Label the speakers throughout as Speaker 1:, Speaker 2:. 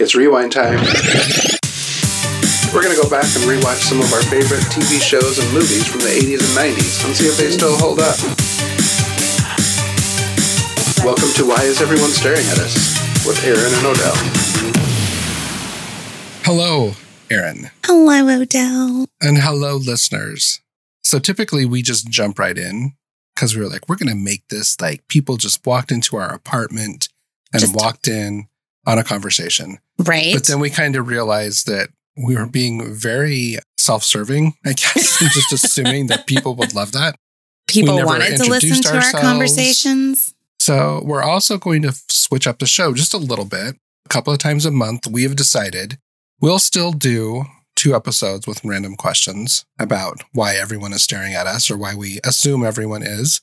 Speaker 1: It's rewind time. We're going to go back and rewatch some of our favorite TV shows and movies from the 80s and 90s and see if they still hold up. Welcome to Why Is Everyone Staring at Us with Aaron and Odell.
Speaker 2: Hello, Aaron,
Speaker 3: Hello, Odell.
Speaker 2: and hello, listeners. So typically we just jump right in because we were like, we're going to make this like people just walked into our apartment and
Speaker 3: Just-
Speaker 2: walked in on a conversation.
Speaker 3: Right?
Speaker 2: But then we kind of realized that we were being very self serving, I guess, and just assuming that people would love that. we
Speaker 3: People
Speaker 2: never
Speaker 3: wanted to listen
Speaker 2: introduced
Speaker 3: to our
Speaker 2: ourselves.
Speaker 3: conversations.
Speaker 2: So we're also going to f- switch up the show just a little bit. A couple of times a month, we have decided we'll still do two episodes with random questions about why everyone is staring at us or why we assume everyone is.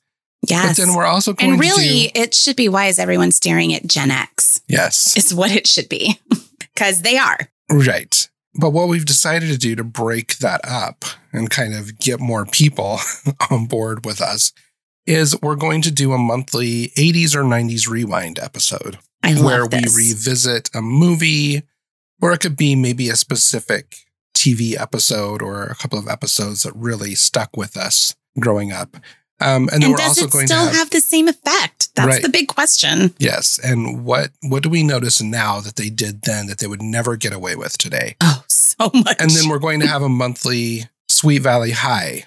Speaker 3: Yes.
Speaker 2: But then we're also going
Speaker 3: and
Speaker 2: to
Speaker 3: really,
Speaker 2: do,
Speaker 3: it should be why is everyone staring at Gen X?
Speaker 2: yes,
Speaker 3: Is what it should be. Because they are.
Speaker 2: right. But what we've decided to do to break that up and kind of get more people on board with us is we're going to do a monthly 80s or 90s rewind episode.
Speaker 3: I love
Speaker 2: where
Speaker 3: this.
Speaker 2: we revisit a movie, or it could be maybe a specific TV episode or a couple of episodes that really stuck with us growing up. Um, and then
Speaker 3: and
Speaker 2: we're
Speaker 3: does
Speaker 2: also
Speaker 3: it
Speaker 2: going
Speaker 3: still
Speaker 2: to
Speaker 3: have,
Speaker 2: have,
Speaker 3: the same effect? That's
Speaker 2: Right.
Speaker 3: the big question.
Speaker 2: yes, and what what do we notice now that they did then that they would never get away with today?
Speaker 3: Oh, so much.
Speaker 2: And then we're going to have a monthly Sweet Valley High.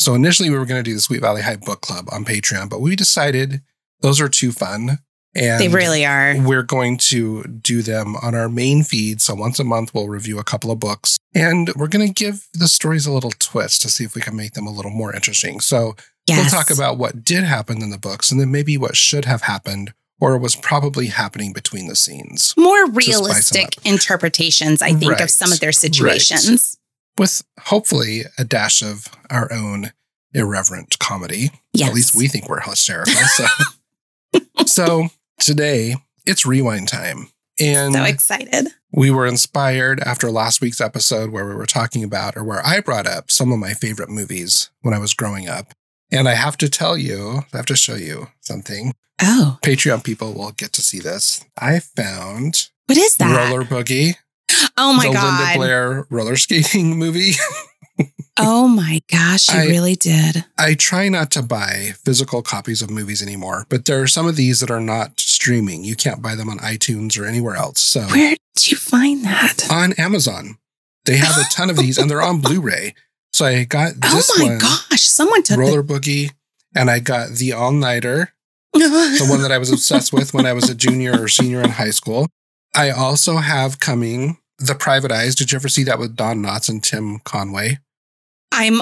Speaker 2: So initially we were going to do the Sweet Valley High book club on Patreon, but we decided those are too fun. And
Speaker 3: they really are.
Speaker 2: We're going to do them on our main feed. So once a month, we'll review a couple of books and we're going to give the stories a little twist to see if we can make them a little more interesting. So
Speaker 3: Yes.
Speaker 2: we'll talk about what did happen in the books and then maybe what should have happened or was probably happening between the scenes
Speaker 3: more
Speaker 2: spice 'em
Speaker 3: realistic interpretations, I think,
Speaker 2: Right.
Speaker 3: of some of their situations.
Speaker 2: with hopefully a dash of our own irreverent comedy.
Speaker 3: Yes.
Speaker 2: At least we think we're hysterical. So, so today it's rewind time. And
Speaker 3: so excited.
Speaker 2: We were inspired after last week's episode where we were talking about, or where I brought up some of my favorite movies when I was growing up. And I have to tell you, I have to show you something.
Speaker 3: Oh,
Speaker 2: Patreon people will get to see this. I found
Speaker 3: what is that?
Speaker 2: Roller Boogie,
Speaker 3: oh my
Speaker 2: the Linda
Speaker 3: god.
Speaker 2: Blair roller skating movie.
Speaker 3: Oh my gosh, you
Speaker 2: I-
Speaker 3: really did.
Speaker 2: I try not to buy physical copies of movies anymore, but there are some of these that are not streaming. You can't buy them on iTunes or anywhere else. So
Speaker 3: Where did you find that?
Speaker 2: on Amazon. They have a ton of these and they're on Blu-ray. So I got
Speaker 3: Oh
Speaker 2: this
Speaker 3: my
Speaker 2: one,
Speaker 3: gosh, someone took
Speaker 2: Roller Boogie, and I got the All Nighter,
Speaker 3: the,
Speaker 2: the one that I was obsessed with when I was a junior or senior in high school. I also have coming The Private Eyes. Did you ever see that with Don Knotts and Tim Conway?
Speaker 3: I'm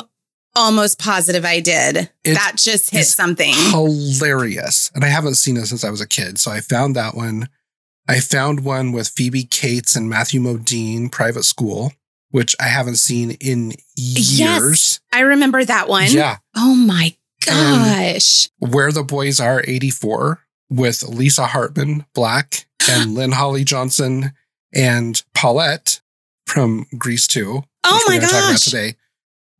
Speaker 3: almost positive I did.
Speaker 2: It's-
Speaker 3: that just hit
Speaker 2: it's
Speaker 3: something.
Speaker 2: Hilarious. And I haven't seen it since I was a kid. So I found that one. I found one with Phoebe Cates and Matthew Modine, Private School, which I haven't seen in years.
Speaker 3: Yes, I remember that one.
Speaker 2: Yeah. Um,
Speaker 3: Oh my
Speaker 2: And-
Speaker 3: gosh.
Speaker 2: Where the Boys Are 84 with Lisa Hartman Black and Lynn Holly Johnson and Paulette from Grease 2.
Speaker 3: oh
Speaker 2: which we're
Speaker 3: my
Speaker 2: gonna talk about
Speaker 3: gosh.
Speaker 2: today,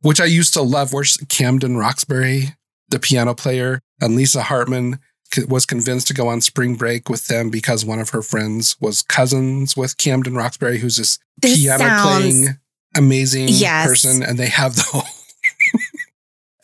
Speaker 2: which I used to love. Where Camden Roxbury, the piano player, and Lisa Hartman c- was convinced to go on spring break with them because one of her friends was cousins with Camden Roxbury, who's this
Speaker 3: This
Speaker 2: piano
Speaker 3: sounds
Speaker 2: playing amazing
Speaker 3: Yes.
Speaker 2: person and they have the whole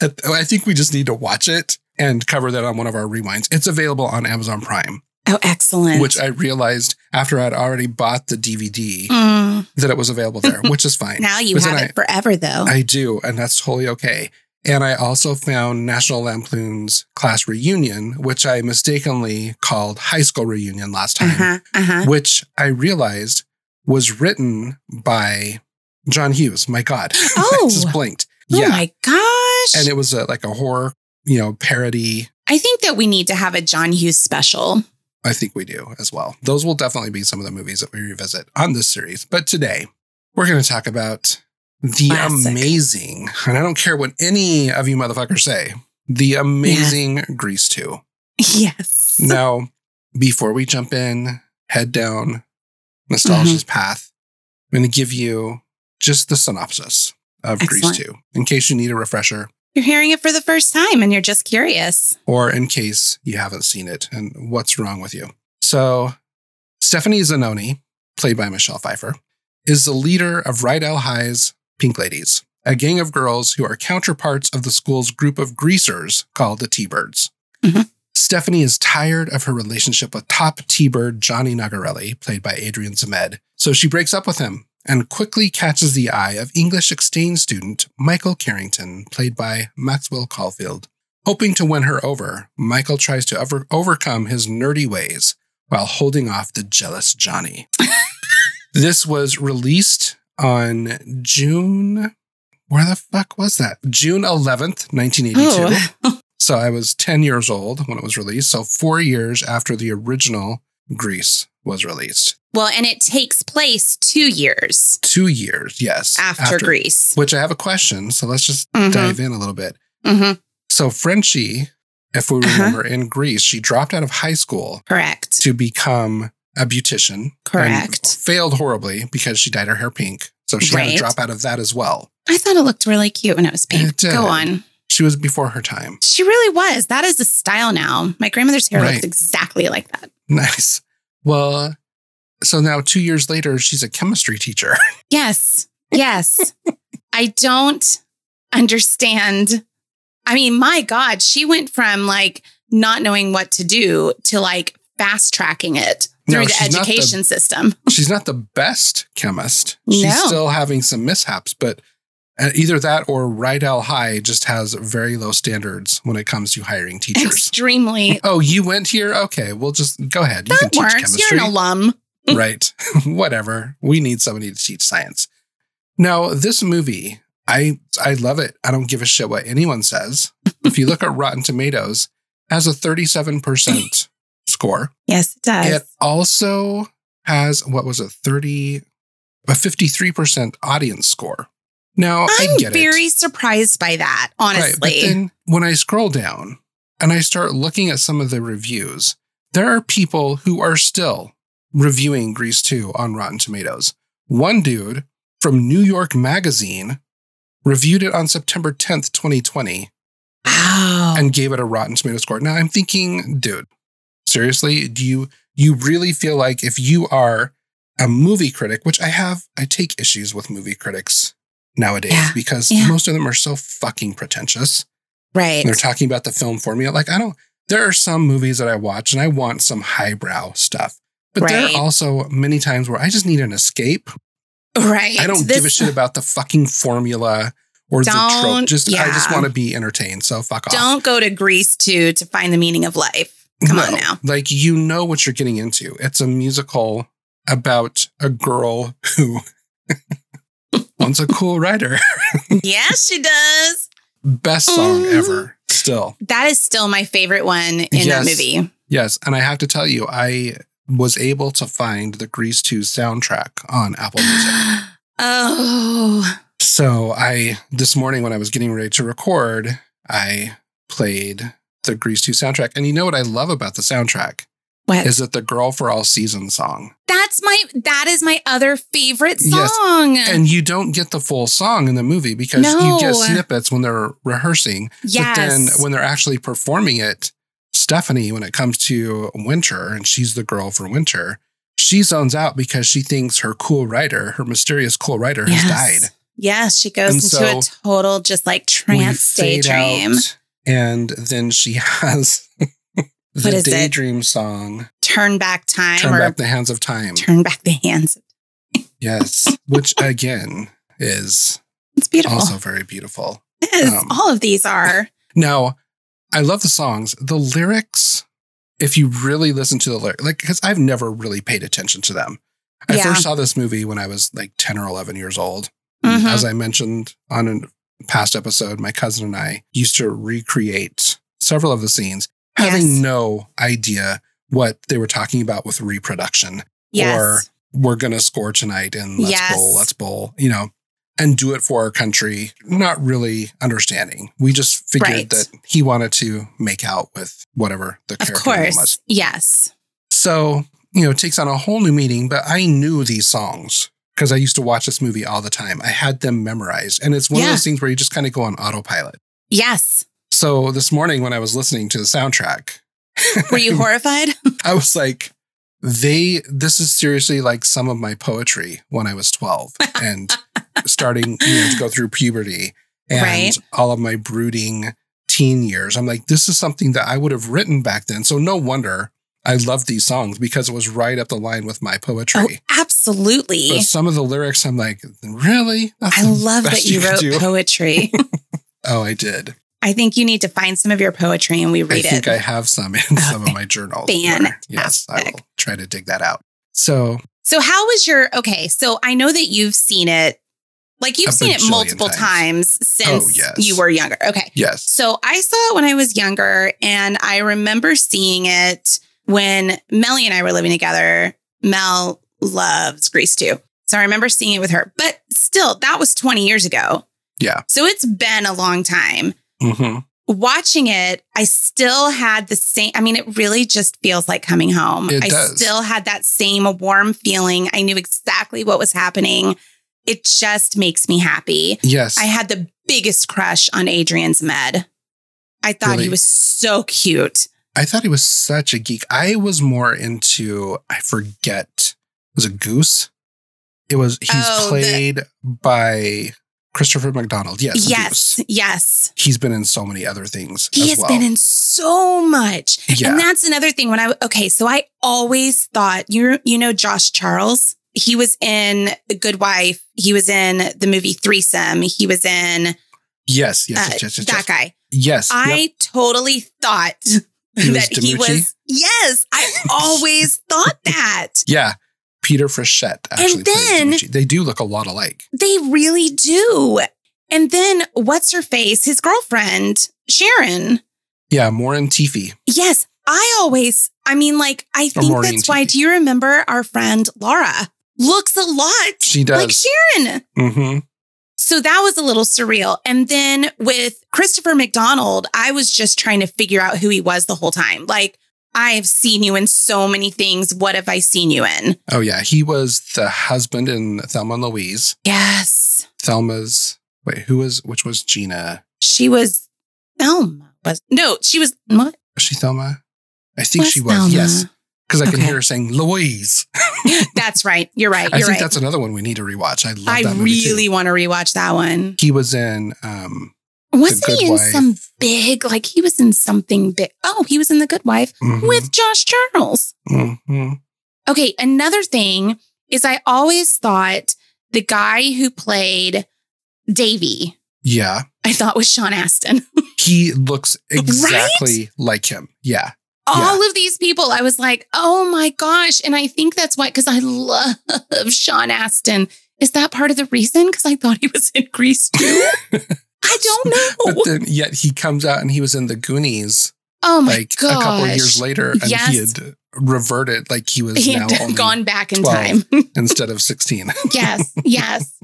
Speaker 2: I think we just need to watch it and cover that on one of our rewinds. It's available on Amazon Prime,
Speaker 3: oh excellent.
Speaker 2: which I realized after I'd already bought the DVD
Speaker 3: Mm,
Speaker 2: that it was available there, which is fine.
Speaker 3: now you
Speaker 2: But then
Speaker 3: have it forever though.
Speaker 2: I do, and that's totally okay. And I also found National Lampoon's Class Reunion, which I mistakenly called High School Reunion last time
Speaker 3: uh-huh. Uh-huh.
Speaker 2: which I realized was written by John Hughes. My God. I
Speaker 3: Oh.
Speaker 2: just blinked.
Speaker 3: Oh
Speaker 2: yeah.
Speaker 3: my gosh.
Speaker 2: And it was a, like a horror, you know, parody.
Speaker 3: I think that we need to have a John Hughes special.
Speaker 2: I think we do as well. Those will definitely be some of the movies that we revisit on this series. But today, we're going to talk about the
Speaker 3: Classic.
Speaker 2: amazing, and I don't care what any of you motherfuckers say, the amazing Grease 2.
Speaker 3: Yes.
Speaker 2: Now, before we jump in, head down nostalgia's path, I'm going to give you just the synopsis of
Speaker 3: Excellent.
Speaker 2: Grease 2 in case you need a refresher
Speaker 3: You're hearing it for the first time and you're just curious.
Speaker 2: or in case you haven't seen it and what's wrong with you. So, Stephanie Zanoni played by Michelle Pfeiffer, is the leader of Rydell High's Pink Ladies, a gang of girls who are counterparts of the school's group of greasers called the T Birds.
Speaker 3: Mhm.
Speaker 2: Stephanie is tired of her relationship with top T Bird Johnny Nagarelli, played by Adrian Zemed, so she breaks up with him and quickly catches the eye of English exchange student Michael Carrington, played by Maxwell Caulfield. Hoping to win her over, Michael tries to over- overcome his nerdy ways while holding off the jealous Johnny. this was released on June. Where the fuck was that? June 11th, 1982.
Speaker 3: Oh,
Speaker 2: So I was 10 years old when it was released. So four years after the original Grease was released.
Speaker 3: well, and it takes place two years
Speaker 2: Two years, yes.
Speaker 3: after, Greece.
Speaker 2: Which I have a question. So let's just
Speaker 3: Mhm,
Speaker 2: dive in a little bit.
Speaker 3: mhm,
Speaker 2: So Frenchie, if we
Speaker 3: Uh-huh.
Speaker 2: remember in Greece, she dropped out of high school
Speaker 3: Correct.
Speaker 2: to become a beautician. and
Speaker 3: Correct.
Speaker 2: Failed horribly because she dyed her hair pink. So she had
Speaker 3: Right.
Speaker 2: to drop out of that as well.
Speaker 3: I thought it looked really cute when it was pink.
Speaker 2: It did.
Speaker 3: Go on.
Speaker 2: She was before her time.
Speaker 3: She really was. That is the style now. My grandmother's hair
Speaker 2: Right.
Speaker 3: looks exactly like that.
Speaker 2: Nice. Well, so now two years later, she's a chemistry teacher.
Speaker 3: Yes. Yes. I don't understand. I mean, my God, she went from like not knowing what to do to like fast tracking it
Speaker 2: No,
Speaker 3: through the
Speaker 2: she's not the-
Speaker 3: education system.
Speaker 2: she's not the best chemist. She's
Speaker 3: No.
Speaker 2: still having some mishaps, but uh, either that or Rydell High just has very low standards when it comes to hiring teachers.
Speaker 3: Extremely.
Speaker 2: oh, you went here? Okay, well, just go ahead. You
Speaker 3: That
Speaker 2: can teach
Speaker 3: works. You're
Speaker 2: chemistry.
Speaker 3: an alum.
Speaker 2: right. Whatever. We need somebody to teach science. Now, this movie, I I love it. I don't give a shit what anyone says. If you look at Rotten Tomatoes, has a 37% score.
Speaker 3: Yes, it does.
Speaker 2: It also has what was a 30 a 53% audience score. Now, Oh, i
Speaker 3: I'm
Speaker 2: get
Speaker 3: very
Speaker 2: it.
Speaker 3: surprised by that,
Speaker 2: Right, but
Speaker 3: honestly.
Speaker 2: then when I scroll down and I start looking at some of the reviews, there are people who are still reviewing Grease 2 on Rotten Tomatoes. One dude from New York Magazine reviewed it on September 10th, 2020
Speaker 3: wow.
Speaker 2: and gave it a rotten tomato score. Now I'm thinking, dude, seriously, do you you really feel like if you are a movie critic, which I have, I take issues with movie critics nowadays
Speaker 3: Yeah.
Speaker 2: because
Speaker 3: Yeah.
Speaker 2: most of them are so fucking pretentious.
Speaker 3: right.
Speaker 2: And they're talking about the film formula. Like I don't there are some movies that I watch and I want some highbrow stuff. But there
Speaker 3: Right.
Speaker 2: are also many times where I just need an escape.
Speaker 3: right.
Speaker 2: I don't
Speaker 3: This-
Speaker 2: give a shit about the fucking formula or the trope.
Speaker 3: Don't-
Speaker 2: Just I just
Speaker 3: yeah.
Speaker 2: want to be entertained. So fuck off.
Speaker 3: Don't go to Greece too to find the meaning of life. Come on now.
Speaker 2: Like you know what you're getting into. It's a musical about a girl who wants a cool writer.
Speaker 3: yes, she does.
Speaker 2: Best song
Speaker 3: Mm.
Speaker 2: ever. Still.
Speaker 3: That is still my favorite one in
Speaker 2: Yes.
Speaker 3: that movie.
Speaker 2: Yes. And I have to tell you, I was able to find the Grease 2 soundtrack on Apple Music.
Speaker 3: oh,
Speaker 2: So I this morning when I was getting ready to record, I played the Grease 2 soundtrack. And you know what I love about the soundtrack?
Speaker 3: what?
Speaker 2: Is that the Girl for All Season song?
Speaker 3: That's my that is my other favorite
Speaker 2: Yes.
Speaker 3: song.
Speaker 2: and you don't get the full song in the movie because you
Speaker 3: Mm. No.
Speaker 2: get snippets when they're rehearsing. But
Speaker 3: yes.
Speaker 2: then when they're actually performing it, Stephanie, when it comes to Winter, and she's the girl for Winter, she zones out because she thinks her cool writer, her mysterious cool writer,
Speaker 3: yes.
Speaker 2: has died.
Speaker 3: Yes, she goes
Speaker 2: And
Speaker 3: into a
Speaker 2: so
Speaker 3: total just like trance
Speaker 2: We fade
Speaker 3: daydream.
Speaker 2: out, and then she has
Speaker 3: What
Speaker 2: the
Speaker 3: is it?
Speaker 2: daydream song,
Speaker 3: Turn back time
Speaker 2: Turn
Speaker 3: or
Speaker 2: Back the Hands of Time.
Speaker 3: turn back the hands.
Speaker 2: Yes, which again is
Speaker 3: It's beautiful.
Speaker 2: also very beautiful.
Speaker 3: yes,
Speaker 2: um,
Speaker 3: all of these are.
Speaker 2: Now, I love the songs. The lyrics, if you really listen to the lyrics, like, because I've never really paid attention to them. I
Speaker 3: Yeah.
Speaker 2: first saw this movie when I was like 10 or 11 years old.
Speaker 3: Mhm.
Speaker 2: As I mentioned on a past episode, my cousin and I used to recreate several of the scenes, having
Speaker 3: Yes.
Speaker 2: no idea what they were talking about with reproduction.
Speaker 3: Yes.
Speaker 2: or We're going to score tonight and let's
Speaker 3: Yes.
Speaker 2: bowl, let's bowl, you know, and do it for our country. Not really understanding. We just figured
Speaker 3: Right.
Speaker 2: that he wanted to make out with whatever the
Speaker 3: of
Speaker 2: character name was.
Speaker 3: course. Yes.
Speaker 2: So, you know, it takes on a whole new meaning, but I knew these songs because I used to watch this movie all the time. I had them memorized. And it's one
Speaker 3: Yeah.
Speaker 2: of those things where you just kind of go on autopilot.
Speaker 3: Yes.
Speaker 2: So this morning when I was listening to the soundtrack,
Speaker 3: Were you horrified?
Speaker 2: I was like, they this is seriously like some of my poetry when I was 12 and starting you know, to go through puberty and
Speaker 3: Right.
Speaker 2: all of my brooding teen years. I'm like, this is something that I would have written back then. So no wonder I love these songs because it was right up the line with my
Speaker 3: Oh,
Speaker 2: poetry.
Speaker 3: absolutely.
Speaker 2: But some of the lyrics, I'm like, really? That's
Speaker 3: I
Speaker 2: the
Speaker 3: love
Speaker 2: best
Speaker 3: that you
Speaker 2: could
Speaker 3: wrote
Speaker 2: do?
Speaker 3: poetry.
Speaker 2: Oh, I did.
Speaker 3: I think you need to find some of your poetry and we
Speaker 2: I
Speaker 3: read
Speaker 2: think
Speaker 3: it.
Speaker 2: I have some in some of my journals. there. Yes, I will
Speaker 3: fantastic.
Speaker 2: try to dig that out. So
Speaker 3: so, how was your? Okay, so I know that you've seen it, like
Speaker 2: A
Speaker 3: you've seen it
Speaker 2: bajillion
Speaker 3: multiple
Speaker 2: times.
Speaker 3: times, since
Speaker 2: Oh, yes.
Speaker 3: you were younger. Okay.
Speaker 2: yes,
Speaker 3: So I saw it when I was younger, and I remember seeing it when Melly and I were living together. Mel loves Grease too. So I remember seeing it with her, but still, that was 20 years ago.
Speaker 2: Yeah.
Speaker 3: So it's been a long time.
Speaker 2: hmm
Speaker 3: Watching it, I still had the same. I mean, it really just feels like coming home.
Speaker 2: It
Speaker 3: I
Speaker 2: does.
Speaker 3: still had that same warm feeling. I knew exactly what was happening. It just makes me happy.
Speaker 2: yes.
Speaker 3: I had the biggest crush on Adrian's med. I thought
Speaker 2: Really?
Speaker 3: he was so cute.
Speaker 2: I thought he was such a geek. I was more into I forget was it Goose? It was he's
Speaker 3: Oh, the-
Speaker 2: played by Christopher McDonald. Yes,
Speaker 3: yes,
Speaker 2: Goose.
Speaker 3: yes.
Speaker 2: He's been in so many other things
Speaker 3: He
Speaker 2: as
Speaker 3: has
Speaker 2: well.
Speaker 3: been in so much.
Speaker 2: yeah,
Speaker 3: And that's another thing when I okay, so I always thought you you know Josh Charles, he was in The Good Wife, he was in the movie Threesome, he was in
Speaker 2: yes, yes,
Speaker 3: uh,
Speaker 2: yes, yes, yes,
Speaker 3: that
Speaker 2: yes.
Speaker 3: guy.
Speaker 2: yes.
Speaker 3: I
Speaker 2: yep.
Speaker 3: totally thought
Speaker 2: was
Speaker 3: that he
Speaker 2: Dimucci?
Speaker 3: was Yes, I always thought that.
Speaker 2: yeah. Peter Frechette actually plays
Speaker 3: then-
Speaker 2: Dimitri. They do look a lot alike.
Speaker 3: They really do. And then what's her face? His girlfriend, Sharon.
Speaker 2: Yeah, Morin Tiffy.
Speaker 3: Yes, I always, I mean, like, I
Speaker 2: Or
Speaker 3: think
Speaker 2: Maureen
Speaker 3: that's why.
Speaker 2: Tippy.
Speaker 3: Do you remember our friend Laura? Looks a lot
Speaker 2: She does.
Speaker 3: like Sharon.
Speaker 2: mm-hmm.
Speaker 3: So that was a little surreal. And then with Christopher McDonald, I was just trying to figure out who he was the whole time. Like, I have seen you in so many things. What have I seen you in?
Speaker 2: Oh yeah, he was the husband in Thelma and Louise.
Speaker 3: Yes.
Speaker 2: Thelma's wait, who was which was Gina?
Speaker 3: She was Thelma. Was, no, she was, what?
Speaker 2: Was she Thelma? I think she was.
Speaker 3: Thelma.
Speaker 2: Yes, because I can
Speaker 3: Okay.
Speaker 2: hear her saying Louise.
Speaker 3: That's right. You're right.
Speaker 2: I
Speaker 3: You're
Speaker 2: think
Speaker 3: right.
Speaker 2: that's another one we need to rewatch. I love
Speaker 3: I
Speaker 2: that movie
Speaker 3: really want to rewatch that one.
Speaker 2: too. He was in. um
Speaker 3: Wasn't
Speaker 2: Good
Speaker 3: he in
Speaker 2: Wife.
Speaker 3: some big, like he was in something big? Oh, he was in The Good Wife
Speaker 2: mhm,
Speaker 3: with Josh Charles.
Speaker 2: mhm.
Speaker 3: Okay, another thing is I always thought the guy who played Davy,
Speaker 2: Yeah,
Speaker 3: I thought was Sean Astin.
Speaker 2: he looks exactly like him. Yeah,
Speaker 3: All of these people, I was like, oh my gosh. And I think that's why, because I love Sean Astin. Is that part of the reason? Because I thought he was in Greece too. I don't know.
Speaker 2: but then yet he comes out and he was in the Goonies
Speaker 3: oh my
Speaker 2: like
Speaker 3: gosh.
Speaker 2: a couple years later, and he
Speaker 3: Yes.
Speaker 2: had reverted like he was
Speaker 3: he
Speaker 2: now only
Speaker 3: had gone back in
Speaker 2: 12.
Speaker 3: time.
Speaker 2: instead of sixteen.
Speaker 3: yes, yes.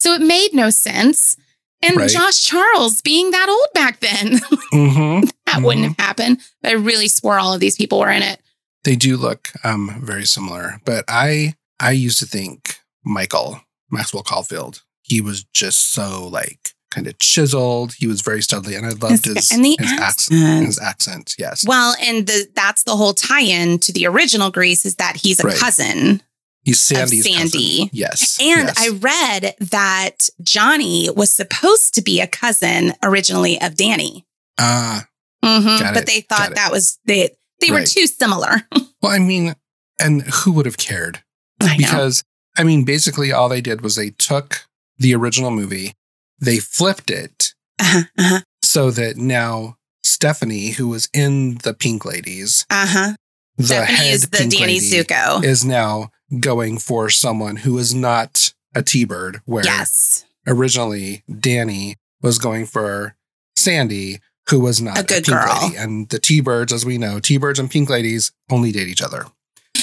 Speaker 3: So it made no sense. And
Speaker 2: Right.
Speaker 3: Josh Charles being that old back then, that
Speaker 2: mm-hmm.
Speaker 3: wouldn't have happened. But I really swore all of these people were in it.
Speaker 2: They do look um, very similar, but I I used to think Michael Maxwell Caulfield. He was just so like kind of chiseled. He was very studly, and I loved his
Speaker 3: and the
Speaker 2: his accent.
Speaker 3: accent.
Speaker 2: His accent, yes,
Speaker 3: Well, and the, that's the whole tie-in to the original Grease is that he's a
Speaker 2: Right.
Speaker 3: cousin.
Speaker 2: he's Sandy's
Speaker 3: Sandy.
Speaker 2: cousin. Yes,
Speaker 3: And
Speaker 2: yes.
Speaker 3: I read that Johnny was supposed to be a cousin originally of Danny.
Speaker 2: ah
Speaker 3: Mhm.
Speaker 2: Got
Speaker 3: But
Speaker 2: it,
Speaker 3: they
Speaker 2: got
Speaker 3: thought
Speaker 2: it.
Speaker 3: that was they they were
Speaker 2: Right.
Speaker 3: too similar.
Speaker 2: well, I mean, and who would have cared?
Speaker 3: I know.
Speaker 2: Because I mean, basically, all they did was they took the original movie, they flipped it
Speaker 3: Uh-huh, uh-huh,
Speaker 2: so that now Stephanie, who was in the Pink Ladies,
Speaker 3: uh-huh.
Speaker 2: the
Speaker 3: Stephanie
Speaker 2: head
Speaker 3: is the
Speaker 2: Pink
Speaker 3: Danny
Speaker 2: Lady,
Speaker 3: Zuko.
Speaker 2: is now going for someone who is not a T-bird, where
Speaker 3: Yes.
Speaker 2: originally Danny was going for Sandy, who was not
Speaker 3: A good
Speaker 2: Pink
Speaker 3: girl.
Speaker 2: Lady. And the T-birds, as we know, T-birds and Pink Ladies only date each other.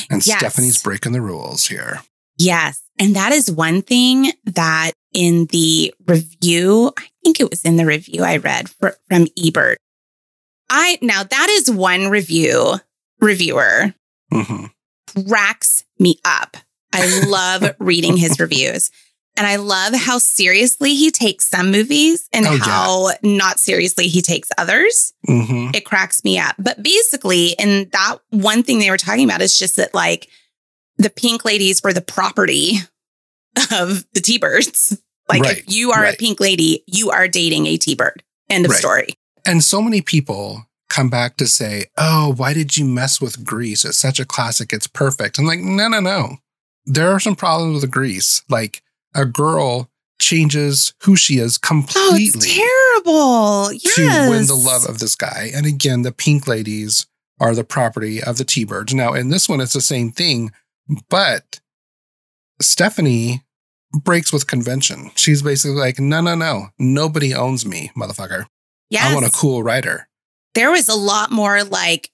Speaker 2: And
Speaker 3: Yes.
Speaker 2: Stephanie's breaking the rules here.
Speaker 3: Yes. And that is one thing that in the review, I think it was in the review I read fr- from Ebert. I now that is one review reviewer
Speaker 2: hmm
Speaker 3: cracks me up. I love reading his reviews. And I love how seriously he takes some movies and
Speaker 2: Oh, yeah.
Speaker 3: how not seriously he takes others.
Speaker 2: Mm-hmm.
Speaker 3: It cracks me up. But basically, and that one thing they were talking about is just that like the pink ladies were the property of the T birds. Like
Speaker 2: Right,
Speaker 3: if you are
Speaker 2: right.
Speaker 3: a pink lady, you are dating a T bird. End of
Speaker 2: Right.
Speaker 3: story.
Speaker 2: And so many people come back to say, "Oh, why did you mess with Grease? It's such a classic. It's perfect." I'm like, "No, no, no. There are some problems with Grease. Like a girl changes who she is
Speaker 3: Oh,
Speaker 2: completely."
Speaker 3: it's terrible. Yes.
Speaker 2: to win the love of this guy. And again, the pink ladies are the property of the T Birds. Now, in this one, it's the same thing, but Stephanie breaks with convention. She's basically like, no, no, no, nobody owns me, motherfucker.
Speaker 3: Yes.
Speaker 2: I want a cool writer.
Speaker 3: there was a lot more like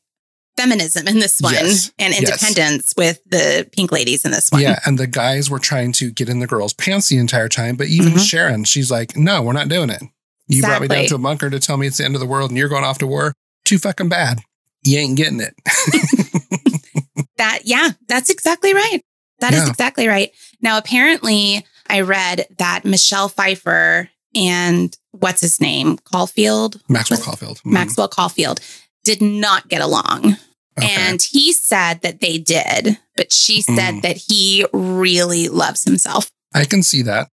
Speaker 3: feminism in this one
Speaker 2: Yes.
Speaker 3: and
Speaker 2: Yes.
Speaker 3: independence with the pink ladies in this one.
Speaker 2: Yeah. And the guys were trying to get in the girls' pants the entire time. But even
Speaker 3: Mhm.
Speaker 2: Sharon, she's like, no, we're not doing it. You brought me down
Speaker 3: Exactly.
Speaker 2: to a bunker to tell me it's the end of the world and you're going off to war. Too fucking bad. You ain't getting it.
Speaker 3: That yeah, that's exactly right. That is
Speaker 2: Yeah.
Speaker 3: exactly right. Now apparently I read that Michelle Pfeiffer and what's his name? Caulfield,
Speaker 2: Maxwell Caulfield. Mhm.
Speaker 3: Maxwell Caulfield did not get along.
Speaker 2: Okay.
Speaker 3: And he said that they did, but she said
Speaker 2: Mm.
Speaker 3: that he really loves himself.
Speaker 2: I can see that.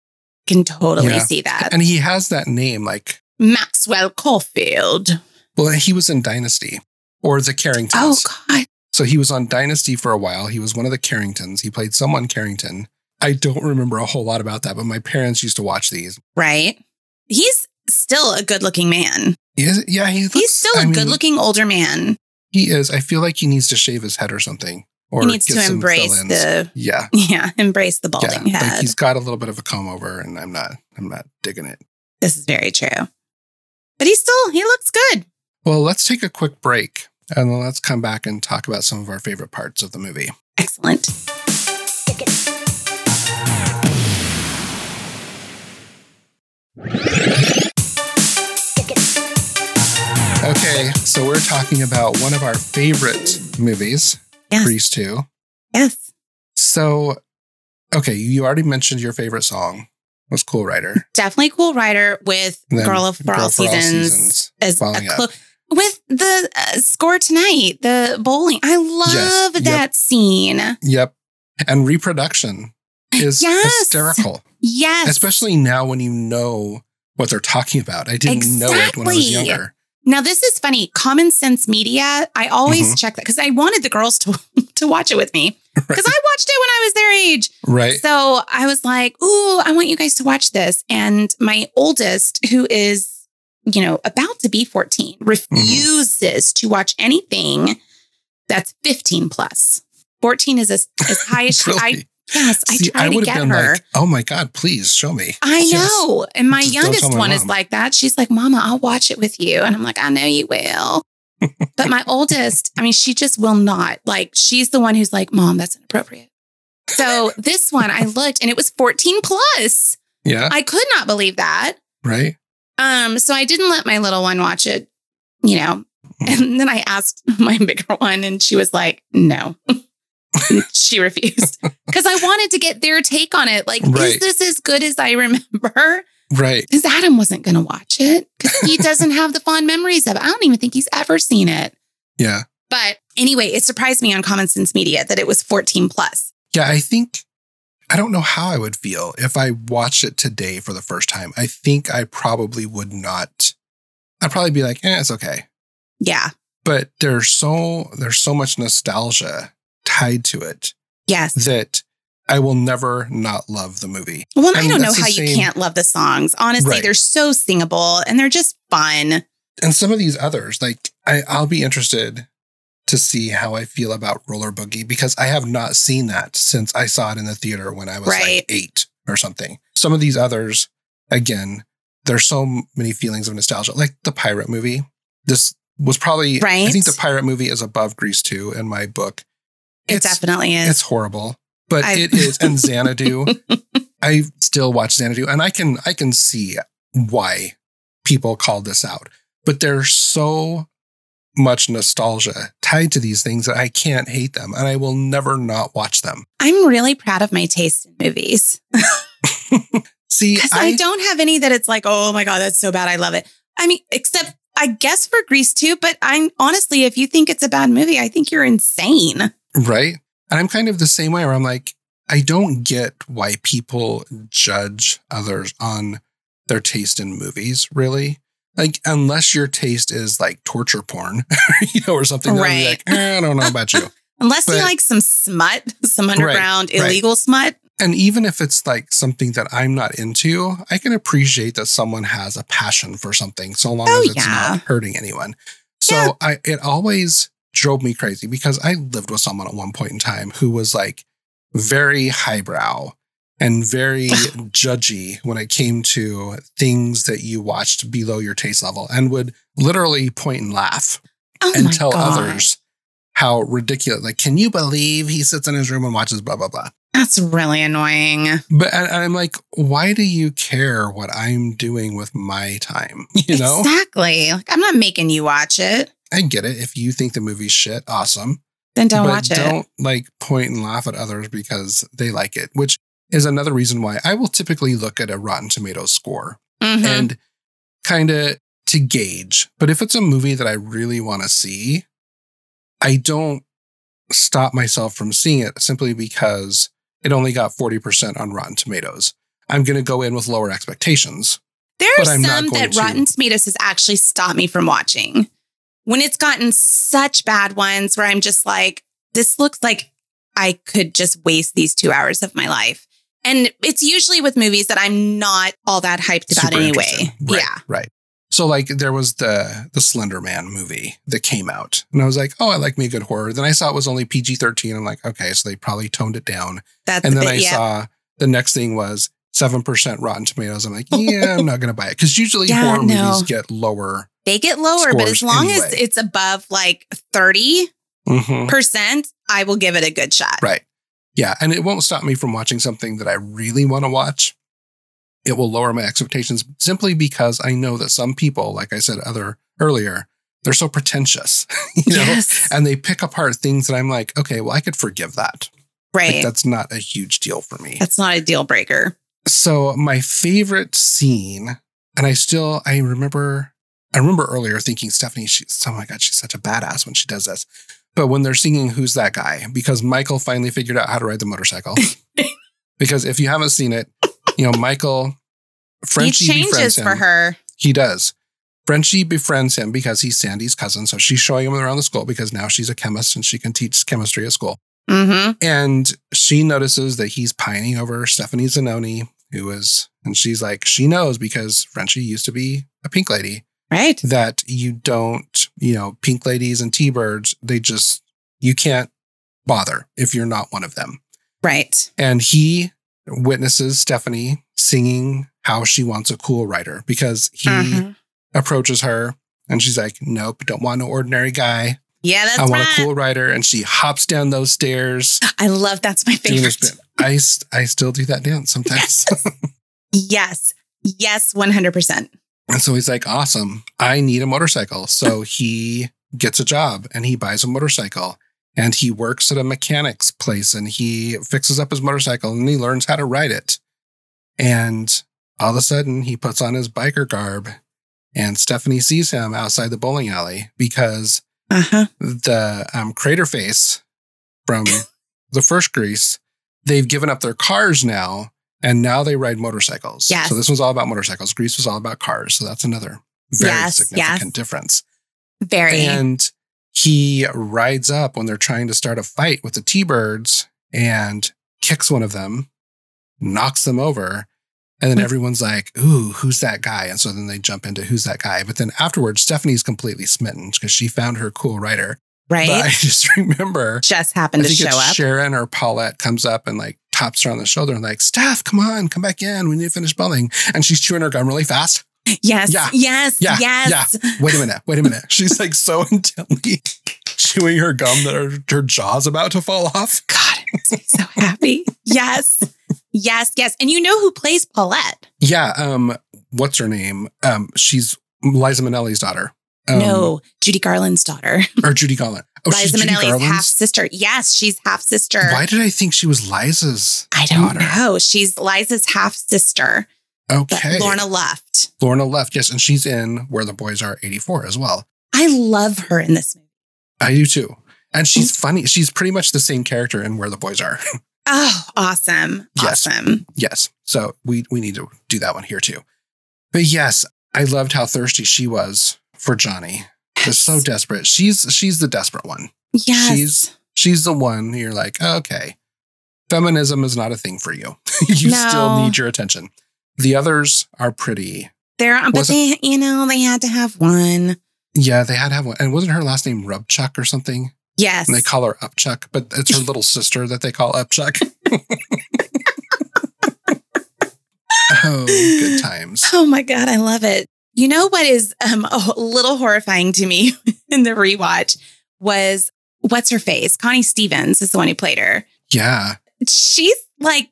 Speaker 3: Can totally
Speaker 2: Yeah.
Speaker 3: see that.
Speaker 2: And he has that name, like,
Speaker 3: Maxwell Caulfield.
Speaker 2: well, he was in Dynasty or the
Speaker 3: Oh
Speaker 2: Carringtons.
Speaker 3: god.
Speaker 2: So he was on Dynasty for a while. He was one of the Carringtons. He played someone Carrington. I don't remember a whole lot about that, but my parents used to watch these.
Speaker 3: right? He's still a good looking man.
Speaker 2: He is- yeah, he looks-
Speaker 3: He's still
Speaker 2: I
Speaker 3: a
Speaker 2: mean,
Speaker 3: good looking older man.
Speaker 2: He is. I feel like he needs to shave his head or something. Or
Speaker 3: He needs
Speaker 2: get
Speaker 3: to
Speaker 2: some
Speaker 3: embrace
Speaker 2: fill-ins.
Speaker 3: the
Speaker 2: Yeah.
Speaker 3: yeah, embrace the
Speaker 2: Yeah.
Speaker 3: balding
Speaker 2: Like
Speaker 3: head.
Speaker 2: he's got a little bit of a comb over, and I'm not. I'm not digging it.
Speaker 3: this is very true. But he's still he looks good.
Speaker 2: Well, let's take a quick break, and then let's come back and talk about some of our favorite parts of the movie.
Speaker 3: Excellent.
Speaker 2: Okay, so we're talking about one of our favorite movies,
Speaker 3: Yes.
Speaker 2: Grease 2.
Speaker 3: Yes.
Speaker 2: So, okay, you already mentioned your favorite song was Cool Rider.
Speaker 3: Definitely cool rider with
Speaker 2: And then
Speaker 3: Girl of for
Speaker 2: Girl
Speaker 3: All Seasons as a
Speaker 2: following up.
Speaker 3: clo- with the uh, score tonight, the bowling. I love
Speaker 2: Yep.
Speaker 3: that scene.
Speaker 2: Yep. And reproduction is
Speaker 3: Yes.
Speaker 2: hysterical,
Speaker 3: Yes.
Speaker 2: especially now when you know what they're talking about. I didn't know it when I was
Speaker 3: Exactly.
Speaker 2: younger.
Speaker 3: Now, this is funny. Common Sense Media, I always
Speaker 2: Mhm.
Speaker 3: check that because I wanted the girls to, to watch it with me because I watched it when I was their age.
Speaker 2: Right.
Speaker 3: So I was like, ooh, I want you guys to watch this. And my oldest, who is, you know, about to be 14,
Speaker 2: Mm-hmm.
Speaker 3: refuses to watch anything that's 15 plus. 14 is as, as high as she, I,
Speaker 2: Really?
Speaker 3: yes,
Speaker 2: See,
Speaker 3: I
Speaker 2: I
Speaker 3: try to
Speaker 2: would
Speaker 3: get
Speaker 2: have been
Speaker 3: her.
Speaker 2: like, oh my God, please show me.
Speaker 3: I
Speaker 2: Yes.
Speaker 3: know. And my
Speaker 2: Just don't
Speaker 3: youngest
Speaker 2: tell my
Speaker 3: one is
Speaker 2: mom.
Speaker 3: like that. She's like, Mama, I'll watch it with you. And I'm like, I know you will. but my oldest, I mean, she just will not. Like, she's the one who's like, Mom, that's inappropriate. So this one, I looked and it was 14 plus.
Speaker 2: Yeah.
Speaker 3: I could not believe that.
Speaker 2: Right.
Speaker 3: Um, so I didn't let my little one watch it, you know.
Speaker 2: Mm.
Speaker 3: And then I asked my bigger one, and she was like, "No." she refused because I wanted to get their take on it. Like,
Speaker 2: Right.
Speaker 3: is this as good as I remember?
Speaker 2: Right.
Speaker 3: Because Adam wasn't going to watch it because he doesn't have the fond memories of it. I don't even think he's ever seen it.
Speaker 2: Yeah.
Speaker 3: But anyway, it surprised me on Common Sense Media that it was 14 plus.
Speaker 2: Yeah, I think I don't know how I would feel if I watched it today for the first time. I think I probably would not. I'd probably be like, eh, it's okay.
Speaker 3: Yeah.
Speaker 2: But there's so there's so much nostalgia tied to it
Speaker 3: Yes.
Speaker 2: that I will never not love the movie.
Speaker 3: Well,
Speaker 2: I
Speaker 3: I,
Speaker 2: mean,
Speaker 3: don't know
Speaker 2: that's the
Speaker 3: how you
Speaker 2: same-
Speaker 3: can't love the songs. Honestly,
Speaker 2: Right.
Speaker 3: they're so singable and they're just fun.
Speaker 2: And some of these others, like I, I'll be interested to see how I feel about Roller Boogie because I have not seen that since I saw it in the theater when I was
Speaker 3: Right.
Speaker 2: like eight or something. Some of these others, again, there's so many feelings of nostalgia, like the pirate movie. This was probably, I
Speaker 3: Right.
Speaker 2: think the pirate movie is above Grease 2 in my book.
Speaker 3: It definitely is.
Speaker 2: It's horrible, but
Speaker 3: I-
Speaker 2: it is. And Xanadu, I still watch Xanadu, and I can I can see why people called this out. But there's so much nostalgia tied to these things that I can't hate them, and I will never not watch them.
Speaker 3: I'm really proud of my taste in movies.
Speaker 2: See,
Speaker 3: Because I, don't have any that it's like, oh my God, that's so bad. I love it. I mean, except I guess for Grease too. but I'm honestly, if you think it's a bad movie, I think you're insane.
Speaker 2: Right. And I'm kind of the same way where I'm like, I don't get why people judge others on their taste in movies, really. Like, unless your taste is like torture porn, you know, or something. then I'd be
Speaker 3: Right.
Speaker 2: like, "Eh, I don't know about you.
Speaker 3: Unless you
Speaker 2: But-
Speaker 3: like some smut, some underground
Speaker 2: right.
Speaker 3: illegal smut.
Speaker 2: and even if it's like something that I'm not into, I can appreciate that someone has a passion for something so long
Speaker 3: Oh,
Speaker 2: as it's
Speaker 3: yeah.
Speaker 2: not hurting anyone. So
Speaker 3: Yeah.
Speaker 2: I it always drove me crazy because I lived with someone at one point in time who was like very highbrow and very judgy when it came to things that you watched below your taste level and would literally point and laugh
Speaker 3: Oh my
Speaker 2: and tell
Speaker 3: God.
Speaker 2: others how ridiculous like can you believe he sits in his room and watches blah blah blah
Speaker 3: That's really annoying.
Speaker 2: but and and I'm like, why do you care what I'm doing with my time? You know,
Speaker 3: Exactly. Like, I'm not making you watch it.
Speaker 2: I get it. If you think the movie's shit, awesome.
Speaker 3: Then don't
Speaker 2: but
Speaker 3: watch it.
Speaker 2: Don't like point and laugh at others because they like it, which is another reason why I will typically look at a Rotten Tomatoes score
Speaker 3: Mhm.
Speaker 2: and kind of to gauge. But if it's a movie that I really want to see, I don't stop myself from seeing it simply because it only got 40% on Rotten Tomatoes. I'm going to go in with lower expectations.
Speaker 3: There are
Speaker 2: But I'm not
Speaker 3: some
Speaker 2: going
Speaker 3: that
Speaker 2: to.
Speaker 3: Rotten Tomatoes has actually stopped me from watching. When it's gotten such bad ones where I'm just like, this looks like I could just waste these two hours of my life. And it's usually with movies that I'm not all that hyped about
Speaker 2: Super
Speaker 3: anyway.
Speaker 2: interested. Right,
Speaker 3: Yeah.
Speaker 2: Right. So like there was the the Slender Man movie that came out. And I was like, oh, I like me a good horror. Then I saw it was only PG thirteen. I'm like, okay, so they probably toned it down.
Speaker 3: That's
Speaker 2: And
Speaker 3: a
Speaker 2: then
Speaker 3: bit,
Speaker 2: I
Speaker 3: yeah.
Speaker 2: saw the next thing was 7% Rotten Tomatoes. I'm like, yeah, I'm not going to buy it. Because usually
Speaker 3: Yeah,
Speaker 2: horror
Speaker 3: no.
Speaker 2: movies get lower.
Speaker 3: they get lower, but as
Speaker 2: scores
Speaker 3: long as
Speaker 2: anyway.
Speaker 3: it's above like 30%,
Speaker 2: Mhm.
Speaker 3: I will give it a good shot.
Speaker 2: Right. Yeah. And it won't stop me from watching something that I really want to watch. It will lower my expectations simply because I know that some people, like I said other earlier, they're so pretentious, you know,
Speaker 3: Yes.
Speaker 2: and they pick apart things that I'm like, okay, well, I could forgive that. Like,
Speaker 3: Right.
Speaker 2: that's not a huge deal for me.
Speaker 3: That's not a deal breaker.
Speaker 2: so my favorite scene and i still i remember i remember earlier thinking stephanie she's oh my god she's such a badass when she does this but when they're singing who's that guy because michael finally figured out how to ride the motorcycle because if you haven't seen it you know michael Frenchie
Speaker 3: he
Speaker 2: befriends
Speaker 3: changes
Speaker 2: him.
Speaker 3: for her.
Speaker 2: he does Frenchie befriends him because he's Sandy's cousin. So she's showing him around the school because now she's a chemist and she can teach chemistry at school.
Speaker 3: hmm
Speaker 2: And she notices that he's pining over Stephanie Zanoni, who is, and she's like, she knows because Frenchie used to be a pink lady
Speaker 3: Right.
Speaker 2: that you don't, you know, pink ladies and T birds, they just, you can't bother if you're not one of them.
Speaker 3: Right.
Speaker 2: And he witnesses Stephanie singing how she wants a cool writer because he
Speaker 3: Mhm.
Speaker 2: approaches her and she's like, nope, don't want no ordinary guy.
Speaker 3: Yeah, that's
Speaker 2: I want
Speaker 3: right.
Speaker 2: a cool writer. And she hops down those stairs.
Speaker 3: I love that's my
Speaker 2: doing the
Speaker 3: favorite.
Speaker 2: spin. I, s- I still do that dance sometimes.
Speaker 3: Yes. yes. Yes, 100%.
Speaker 2: And so he's like, awesome. I need a motorcycle. So he gets a job and he buys a motorcycle and he works at a mechanic's place and he fixes up his motorcycle and he learns how to ride it. And all of a sudden, he puts on his biker garb and Stephanie sees him outside the bowling alley because
Speaker 3: Uh-huh.
Speaker 2: the um, crater face from the first grease they've given up their cars now and now they ride motorcycles
Speaker 3: Yes.
Speaker 2: so this was all about motorcycles grease was all about cars so that's another very
Speaker 3: Yes,
Speaker 2: significant
Speaker 3: yes.
Speaker 2: difference
Speaker 3: Very.
Speaker 2: and he rides up when they're trying to start a fight with the t-birds and kicks one of them knocks them over and then everyone's like ooh who's that guy and so then they jump into who's that guy but then afterwards stephanie's completely smitten because she found her cool rider
Speaker 3: right?
Speaker 2: but I just remember,
Speaker 3: Just
Speaker 2: I
Speaker 3: happened to
Speaker 2: think
Speaker 3: show
Speaker 2: it's
Speaker 3: up.
Speaker 2: Sharon or Paulette comes up and like taps her on the shoulder and like, Steph, come on, come back in. We need to finish building. And she's chewing her gum really fast.
Speaker 3: yes.
Speaker 2: Yeah.
Speaker 3: Yes.
Speaker 2: Yeah.
Speaker 3: Yes.
Speaker 2: Wait a minute. Wait a minute. She's like so intently chewing her gum that her, her jaw's about to fall off.
Speaker 3: God, it makes me so happy. yes. Yes. Yes. And you know who plays Paulette?
Speaker 2: Yeah. Um, what's her name? Um, she's Liza Minnelli's daughter. Um,
Speaker 3: no, Judy Garland's daughter.
Speaker 2: Or Judy Garland. Oh, she's
Speaker 3: Liza
Speaker 2: Judy
Speaker 3: Minnelli's
Speaker 2: Garland's?
Speaker 3: half sister. Yes, she's half sister.
Speaker 2: Why did I think she was Liza's?
Speaker 3: I don't
Speaker 2: daughter?
Speaker 3: know. She's Liza's half sister, but
Speaker 2: Okay.
Speaker 3: Lorna left.
Speaker 2: Lorna left. Yes, and she's in Where the Boys Are 84 as well.
Speaker 3: I love her in this movie.
Speaker 2: I do Uh, too.
Speaker 3: Hmm.
Speaker 2: And she's funny. She's pretty much the same character in Where the Boys Are.
Speaker 3: Oh, awesome.
Speaker 2: Yes.
Speaker 3: Awesome.
Speaker 2: yes. So we we need to do that one here too. But yes, I loved how thirsty she was for Johnny. She's so desperate. She's she's the desperate one.
Speaker 3: Yes.
Speaker 2: She's she's the one you're like, okay, feminism is not a thing for you. you still
Speaker 3: No.
Speaker 2: need your attention. The others are pretty.
Speaker 3: They're, but
Speaker 2: Was it-
Speaker 3: they, you know, they had to have one.
Speaker 2: Yeah, they had to have one. And wasn't her last name Rubchuck or something?
Speaker 3: Yes.
Speaker 2: And they call her Upchuck, but it's her little sister that they call Upchuck. oh, good times.
Speaker 3: Oh my God, I love it. You know what is um, a little horrifying to me in the rewatch was what's her face? Connie Stevens is the one who played her.
Speaker 2: Yeah.
Speaker 3: She's like,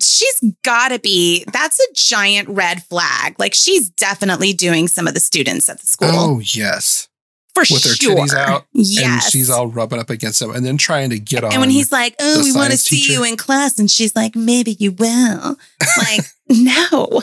Speaker 3: she's gotta be, that's a giant red flag. Like, she's definitely doing some of the students at the school
Speaker 2: Oh, yes.
Speaker 3: for
Speaker 2: with her
Speaker 3: sure.
Speaker 2: titties out
Speaker 3: Yes.
Speaker 2: And she's all rubbing up against him and then trying to get on.
Speaker 3: And when he's like, "Oh,
Speaker 2: the
Speaker 3: we want to
Speaker 2: science
Speaker 3: see
Speaker 2: teacher.
Speaker 3: you in class," and she's like, "Maybe you will." Like, no,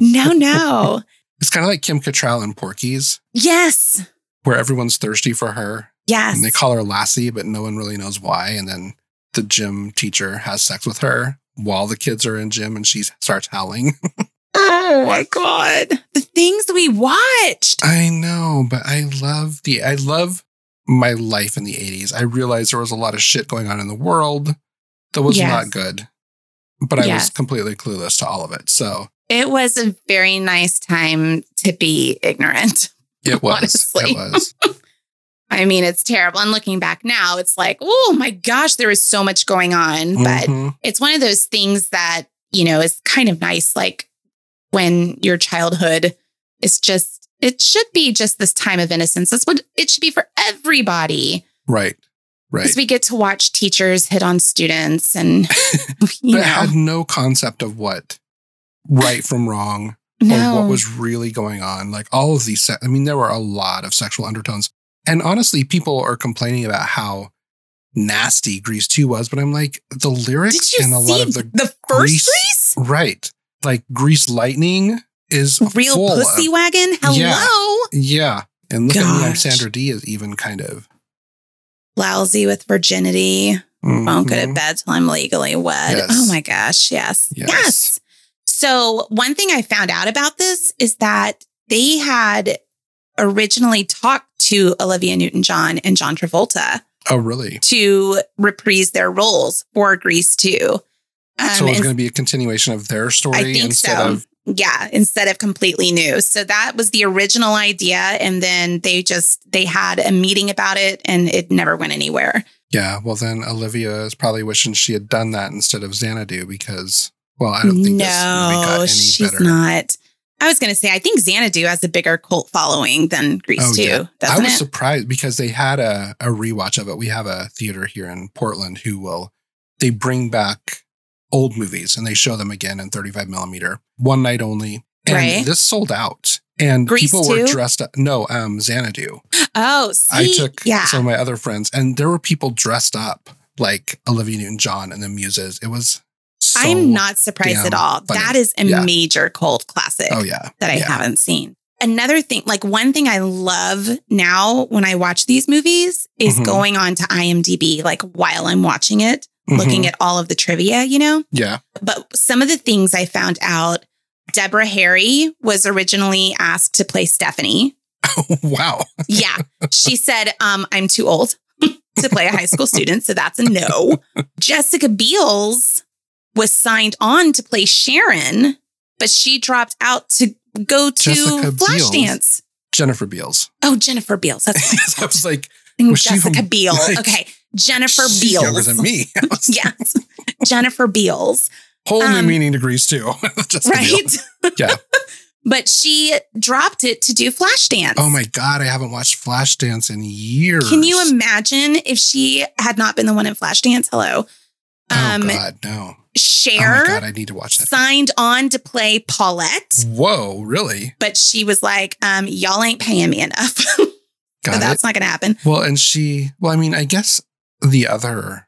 Speaker 3: no, no.
Speaker 2: it's kind of like Kim Cattrall in Porky's,
Speaker 3: Yes,
Speaker 2: where everyone's thirsty for her
Speaker 3: yes.
Speaker 2: and they call her Lassie, but no one really knows why. And then the gym teacher has sex with her while the kids are in gym and she starts howling.
Speaker 3: oh my god, the things we watched.
Speaker 2: I know, but I love the I love my life in the 80s. I realized there was a lot of shit going on in the world that was
Speaker 3: Yes.
Speaker 2: not good. But I was
Speaker 3: Yes.
Speaker 2: completely clueless to all of it. So
Speaker 3: It was a very nice time to be ignorant.
Speaker 2: it was.
Speaker 3: Honestly.
Speaker 2: It was.
Speaker 3: I mean, it's terrible. And looking back now, it's like, oh my gosh, there is so much going on. But
Speaker 2: Mhm.
Speaker 3: it's one of those things that you know is kind of nice like when your childhood is just it should be just this time of innocence that's what it should be for everybody
Speaker 2: right. Right.
Speaker 3: because we get to watch teachers hit on students and you
Speaker 2: but I
Speaker 3: know
Speaker 2: had no concept of what right from wrong
Speaker 3: no
Speaker 2: or what was really going on. Like all of these, se- I mean, there were a lot of sexual undertones. And honestly, people are complaining about how nasty Grease 2 was, but I'm like, the lyrics
Speaker 3: did you
Speaker 2: and a
Speaker 3: see
Speaker 2: lot of the
Speaker 3: the, first
Speaker 2: grease-
Speaker 3: grease
Speaker 2: Right. Like Grease Lightning is
Speaker 3: real
Speaker 2: full of-
Speaker 3: pussy wagon hello
Speaker 2: yeah. And look at me, I'm
Speaker 3: Gosh.
Speaker 2: Sandra D is even kind of
Speaker 3: lousy with virginity won't go to
Speaker 2: Mhm.
Speaker 3: bed till I'm legally wed.
Speaker 2: Yes.
Speaker 3: Oh my gosh. Yes.
Speaker 2: Yes.
Speaker 3: yes. So, one thing I found out about this is that they had originally talked to Olivia Newton John and John Travolta
Speaker 2: Oh, really?
Speaker 3: to reprise their roles for Grease 2. Um,
Speaker 2: so it's
Speaker 3: and
Speaker 2: going to be a continuation of their story
Speaker 3: I think
Speaker 2: instead
Speaker 3: so.
Speaker 2: of
Speaker 3: yeah, instead of completely new. So that was the original idea and then they just they had a meeting about it and it never went anywhere.
Speaker 2: yeah. Well, then Olivia is probably wishing she had done that instead of Xanadu because well, I don't think this movie got any
Speaker 3: she's
Speaker 2: better.
Speaker 3: not. I was going to say, I think Xanadu has a bigger cult following than Grease
Speaker 2: Oh,
Speaker 3: too,
Speaker 2: yeah. I
Speaker 3: doesn't
Speaker 2: was
Speaker 3: it?
Speaker 2: surprised because they had a, a rewatch of it. We have a theater here in Portland who will they bring back old movies and they show them again in 35 millimeter, one night only. And
Speaker 3: Right.
Speaker 2: this sold out. And
Speaker 3: Grease
Speaker 2: people were
Speaker 3: too?
Speaker 2: dressed up. No, um, Xanadu.
Speaker 3: oh, see,
Speaker 2: I took
Speaker 3: yeah,
Speaker 2: some of my other friends, and there were people dressed up like Olivia Newton John and the Muses. It was so
Speaker 3: I'm not surprised
Speaker 2: damn
Speaker 3: at all.
Speaker 2: funny.
Speaker 3: That is a
Speaker 2: Yeah.
Speaker 3: major cult classic
Speaker 2: Oh yeah.
Speaker 3: that I
Speaker 2: yeah.
Speaker 3: haven't seen. Another thing, like one thing I love now when I watch these movies is
Speaker 2: Mhm.
Speaker 3: going on to IMDb, like while I'm watching it, looking
Speaker 2: Mhm.
Speaker 3: at all of the trivia, you know?
Speaker 2: Yeah.
Speaker 3: But some of the things I found out Deborah Harry was originally asked to play Stephanie
Speaker 2: wow.
Speaker 3: Yeah. She said, um, I'm too old to play a high school student. So that's a no. Jessica Beals was signed on to play Sharon, but she dropped out to go to
Speaker 2: Jessica Biel?
Speaker 3: Flashdance.
Speaker 2: Jennifer Beals.
Speaker 3: Oh, Jennifer Beals. That's
Speaker 2: I was like,
Speaker 3: and
Speaker 2: Was she
Speaker 3: Jessica
Speaker 2: from-
Speaker 3: Biel.
Speaker 2: like,
Speaker 3: okay. Jennifer
Speaker 2: she's younger
Speaker 3: Beals.
Speaker 2: than me. I was
Speaker 3: Yes. Jennifer Beals.
Speaker 2: Whole new
Speaker 3: Um,
Speaker 2: meaning degrees too. Just the deal.
Speaker 3: Right.
Speaker 2: Yeah.
Speaker 3: But she dropped it to do Flashdance.
Speaker 2: Oh my god, I haven't watched Flashdance in years. Oh
Speaker 3: Can you imagine if she had not been the one in Flashdance? Hello.
Speaker 2: oh
Speaker 3: Um,
Speaker 2: god, no. oh my
Speaker 3: Cher
Speaker 2: god, I need to watch that. Mm.
Speaker 3: signed on to play Paulette,
Speaker 2: Whoa, really?
Speaker 3: but she was like, um, y'all ain't paying me enough. but
Speaker 2: Got it.
Speaker 3: that's not going to happen.
Speaker 2: Well, and she, well, I mean, I guess the other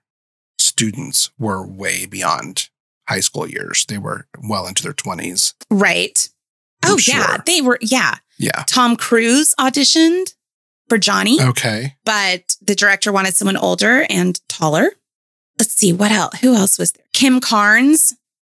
Speaker 2: students were way beyond high school years. They were well into their 20s.
Speaker 3: Right.
Speaker 2: I'm
Speaker 3: oh, yeah.
Speaker 2: sure.
Speaker 3: They were, yeah.
Speaker 2: Yeah. Oh.
Speaker 3: Tom Cruise auditioned for Johnny,
Speaker 2: Okay.
Speaker 3: but the director wanted someone older and taller. Let's see what else. Who else was there? Kim Carnes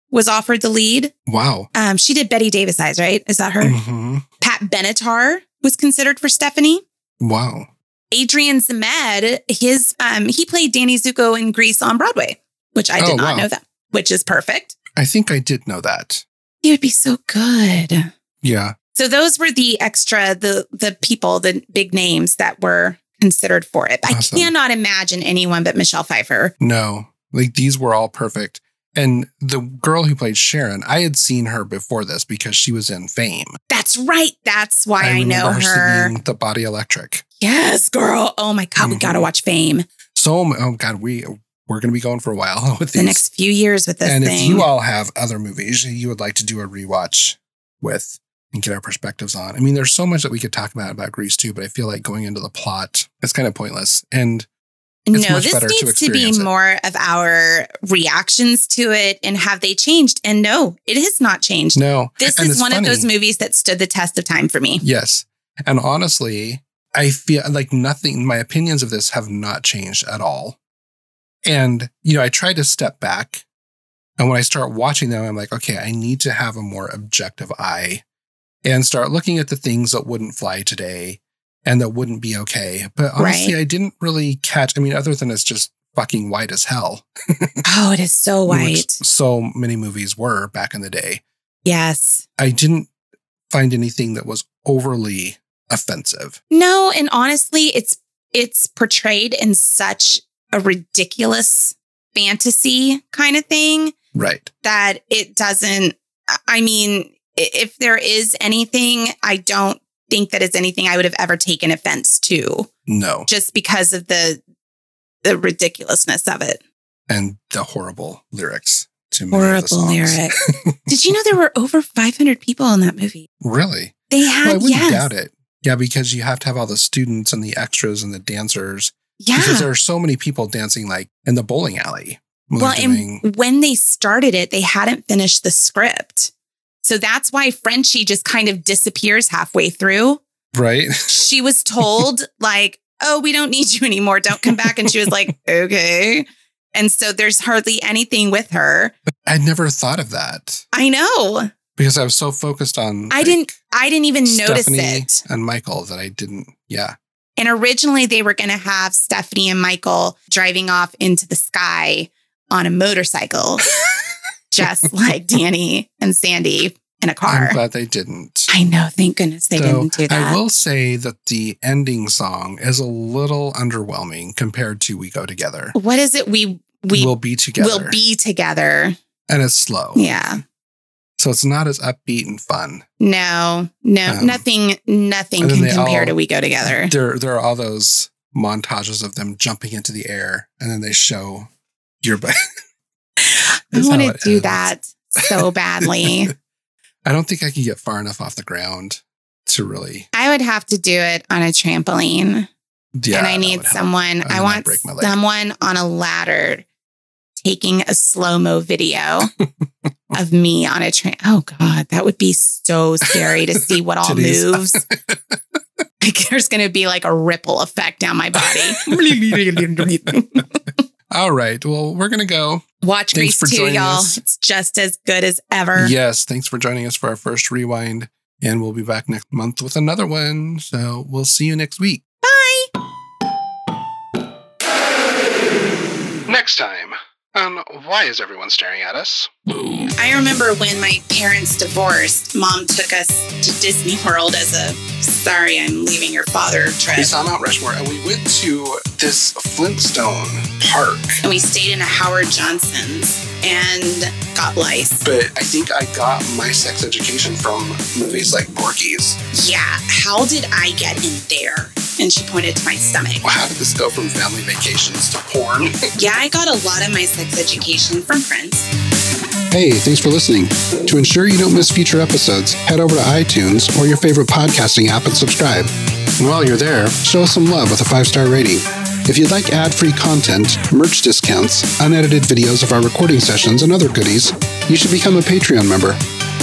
Speaker 3: was offered the lead.
Speaker 2: Wow.
Speaker 3: Um, she did Betty Davis eyes, right? Is that her?
Speaker 2: hmm
Speaker 3: Pat Benatar was considered for Stephanie.
Speaker 2: Wow.
Speaker 3: Adrian Zemed, his um, he played Danny Zuko in Grease on Broadway, which I did
Speaker 2: Oh,
Speaker 3: not
Speaker 2: wow.
Speaker 3: know that, which is perfect.
Speaker 2: I think I did know that.
Speaker 3: He would be so good.
Speaker 2: Yeah.
Speaker 3: So those were the extra the the people, the big names that were considered for it. I
Speaker 2: Awesome.
Speaker 3: cannot imagine anyone but Michelle Pfeiffer.
Speaker 2: No, like these were all perfect. And the girl who played Sharon, I had seen her before this because she was in fame.
Speaker 3: That's right. That's why I, know her.
Speaker 2: singing The Body Electric.
Speaker 3: Yes, girl. Oh my god, we
Speaker 2: Mhm.
Speaker 3: gotta watch Fame
Speaker 2: So, oh God, we, we're going to be going for a while with
Speaker 3: the
Speaker 2: these.
Speaker 3: next few years with this
Speaker 2: and
Speaker 3: thing.
Speaker 2: if you all have other movies that you would like to do a rewatch with and get our perspectives on, I mean, there's so much that we could talk about about Grease too, but I feel like going into the plot is kind of pointless. And it's
Speaker 3: No,
Speaker 2: much
Speaker 3: this
Speaker 2: better to
Speaker 3: needs to, be
Speaker 2: experience it.
Speaker 3: more of our reactions to it and have they changed? And no, it has not changed.
Speaker 2: no,
Speaker 3: This
Speaker 2: and
Speaker 3: is
Speaker 2: it's
Speaker 3: one of
Speaker 2: funny.
Speaker 3: those movies that stood the test of time for me.
Speaker 2: Yes. And honestly, I feel like nothing, my opinions of this have not changed at all. And, you know, I try to step back. And when I start watching them, I'm like, okay, I need to have a more objective eye and start looking at the things that wouldn't fly today and that wouldn't be okay. But honestly, I didn't really catch, I mean, other than it's just fucking white as hell,
Speaker 3: Oh, it is so
Speaker 2: which
Speaker 3: white.
Speaker 2: so many movies were back in the day.
Speaker 3: Yes.
Speaker 2: I didn't find anything that was overly offensive.
Speaker 3: No, and honestly, it's it's portrayed in such a ridiculous fantasy kind of thing
Speaker 2: Right.
Speaker 3: that it doesn't I- I mean, i- if there is anything, I don't think that it's anything I would have ever taken offense to.
Speaker 2: No.
Speaker 3: just because of the the ridiculousness of it.
Speaker 2: And the horrible lyrics to many of the
Speaker 3: Horrible
Speaker 2: songs.
Speaker 3: lyric. Did you know there were over 500 people in that movie?
Speaker 2: Really?
Speaker 3: They
Speaker 2: Well, I
Speaker 3: had
Speaker 2: wouldn't
Speaker 3: Uh, yes,
Speaker 2: doubt it. Yeah, because you have to have all the students and the extras and the dancers. Because
Speaker 3: yeah.
Speaker 2: there are so many people dancing like in the bowling alley. when
Speaker 3: Well,
Speaker 2: they're doing-
Speaker 3: and when they started it, they hadn't finished the script. So that's why Frenchie just kind of disappears halfway through.
Speaker 2: right?
Speaker 3: She was told, like, oh, we don't need you anymore. Don't come back. And she was like, okay. And so there's hardly anything with her.
Speaker 2: I'd never thought of that
Speaker 3: I know.
Speaker 2: because I was so focused on
Speaker 3: I
Speaker 2: like,
Speaker 3: didn't I didn't even notice
Speaker 2: Stephanie
Speaker 3: it.
Speaker 2: and Michael that I didn't. Yeah.
Speaker 3: And originally, they were going to have Stephanie and Michael driving off into the sky on a motorcycle, just like Danny and Sandy in a car.
Speaker 2: I'm glad they didn't.
Speaker 3: I know. Thank goodness they
Speaker 2: So,
Speaker 3: didn't do that.
Speaker 2: I will say that the ending song is a little underwhelming compared to We Go Together.
Speaker 3: What is it? We we
Speaker 2: will be together.
Speaker 3: will be together.
Speaker 2: and it's slow.
Speaker 3: Yeah.
Speaker 2: So it's not as upbeat and fun.
Speaker 3: No. No.
Speaker 2: Um,
Speaker 3: nothing. Nothing
Speaker 2: and then
Speaker 3: can
Speaker 2: they
Speaker 3: compare
Speaker 2: all-
Speaker 3: to we go together.
Speaker 2: There there are all those montages of them jumping into the air and then they show your butt.
Speaker 3: I
Speaker 2: Is
Speaker 3: want
Speaker 2: how
Speaker 3: to
Speaker 2: it
Speaker 3: do
Speaker 2: ends.
Speaker 3: that so badly.
Speaker 2: I don't think I could get far enough off the ground to really
Speaker 3: I would have to do it on a trampoline.
Speaker 2: yeah,
Speaker 3: and I
Speaker 2: that
Speaker 3: need
Speaker 2: would help.
Speaker 3: someone.
Speaker 2: I
Speaker 3: I,
Speaker 2: might
Speaker 3: want
Speaker 2: break my leg.
Speaker 3: someone on a ladder taking a slow mo video of me on a train. Oh God, that would be so scary to see what all
Speaker 2: Titties.
Speaker 3: moves. like there's going to be like a ripple effect down my body.
Speaker 2: All right. Well, we're gonna go.
Speaker 3: Watch
Speaker 2: Thanks
Speaker 3: Grease
Speaker 2: for
Speaker 3: too,
Speaker 2: joining
Speaker 3: y'all.
Speaker 2: us.
Speaker 3: It's just as good as ever.
Speaker 2: Yes, thanks for joining us for our first rewind. And we'll be back next month with another one. So we'll see you next week.
Speaker 3: Bye.
Speaker 1: Next time on Why Is Everyone Staring at Us?
Speaker 3: I remember when my parents divorced, mom took us to Disney World as a sorry, I'm leaving your father trip.
Speaker 1: We saw Mount Rushmore and we went to this Flintstone park,
Speaker 3: and we stayed in a Howard Johnson's and got lice.
Speaker 1: but I think I got my sex education from movies like Porky's.
Speaker 3: Yeah, how did I get in there? And she pointed to my stomach.
Speaker 1: Well, how did this go from family vacations to porn?
Speaker 3: Yeah, I got a lot of my sex education from friends.
Speaker 1: Hey, thanks for listening. To ensure you don't miss future episodes, head over to iTunes or your favorite podcasting app and subscribe. And while you're there, show some love with a five star rating. If you'd like ad free content, merch discounts, unedited videos of our recording sessions, and other goodies, you should become a Patreon member.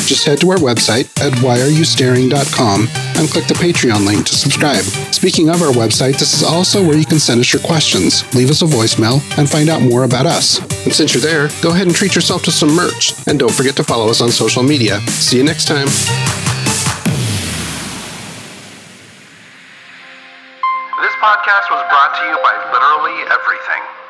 Speaker 1: Just head to our website at whyareyoutaring.com and click the Patreon link to subscribe. Speaking of our website, this is also where you can send us your questions, leave us a voicemail, and find out more about us. And since you're there, go ahead and treat yourself to some merch, and don't forget to follow us on social media. See you next time.
Speaker 4: This podcast was brought to you by literally everything.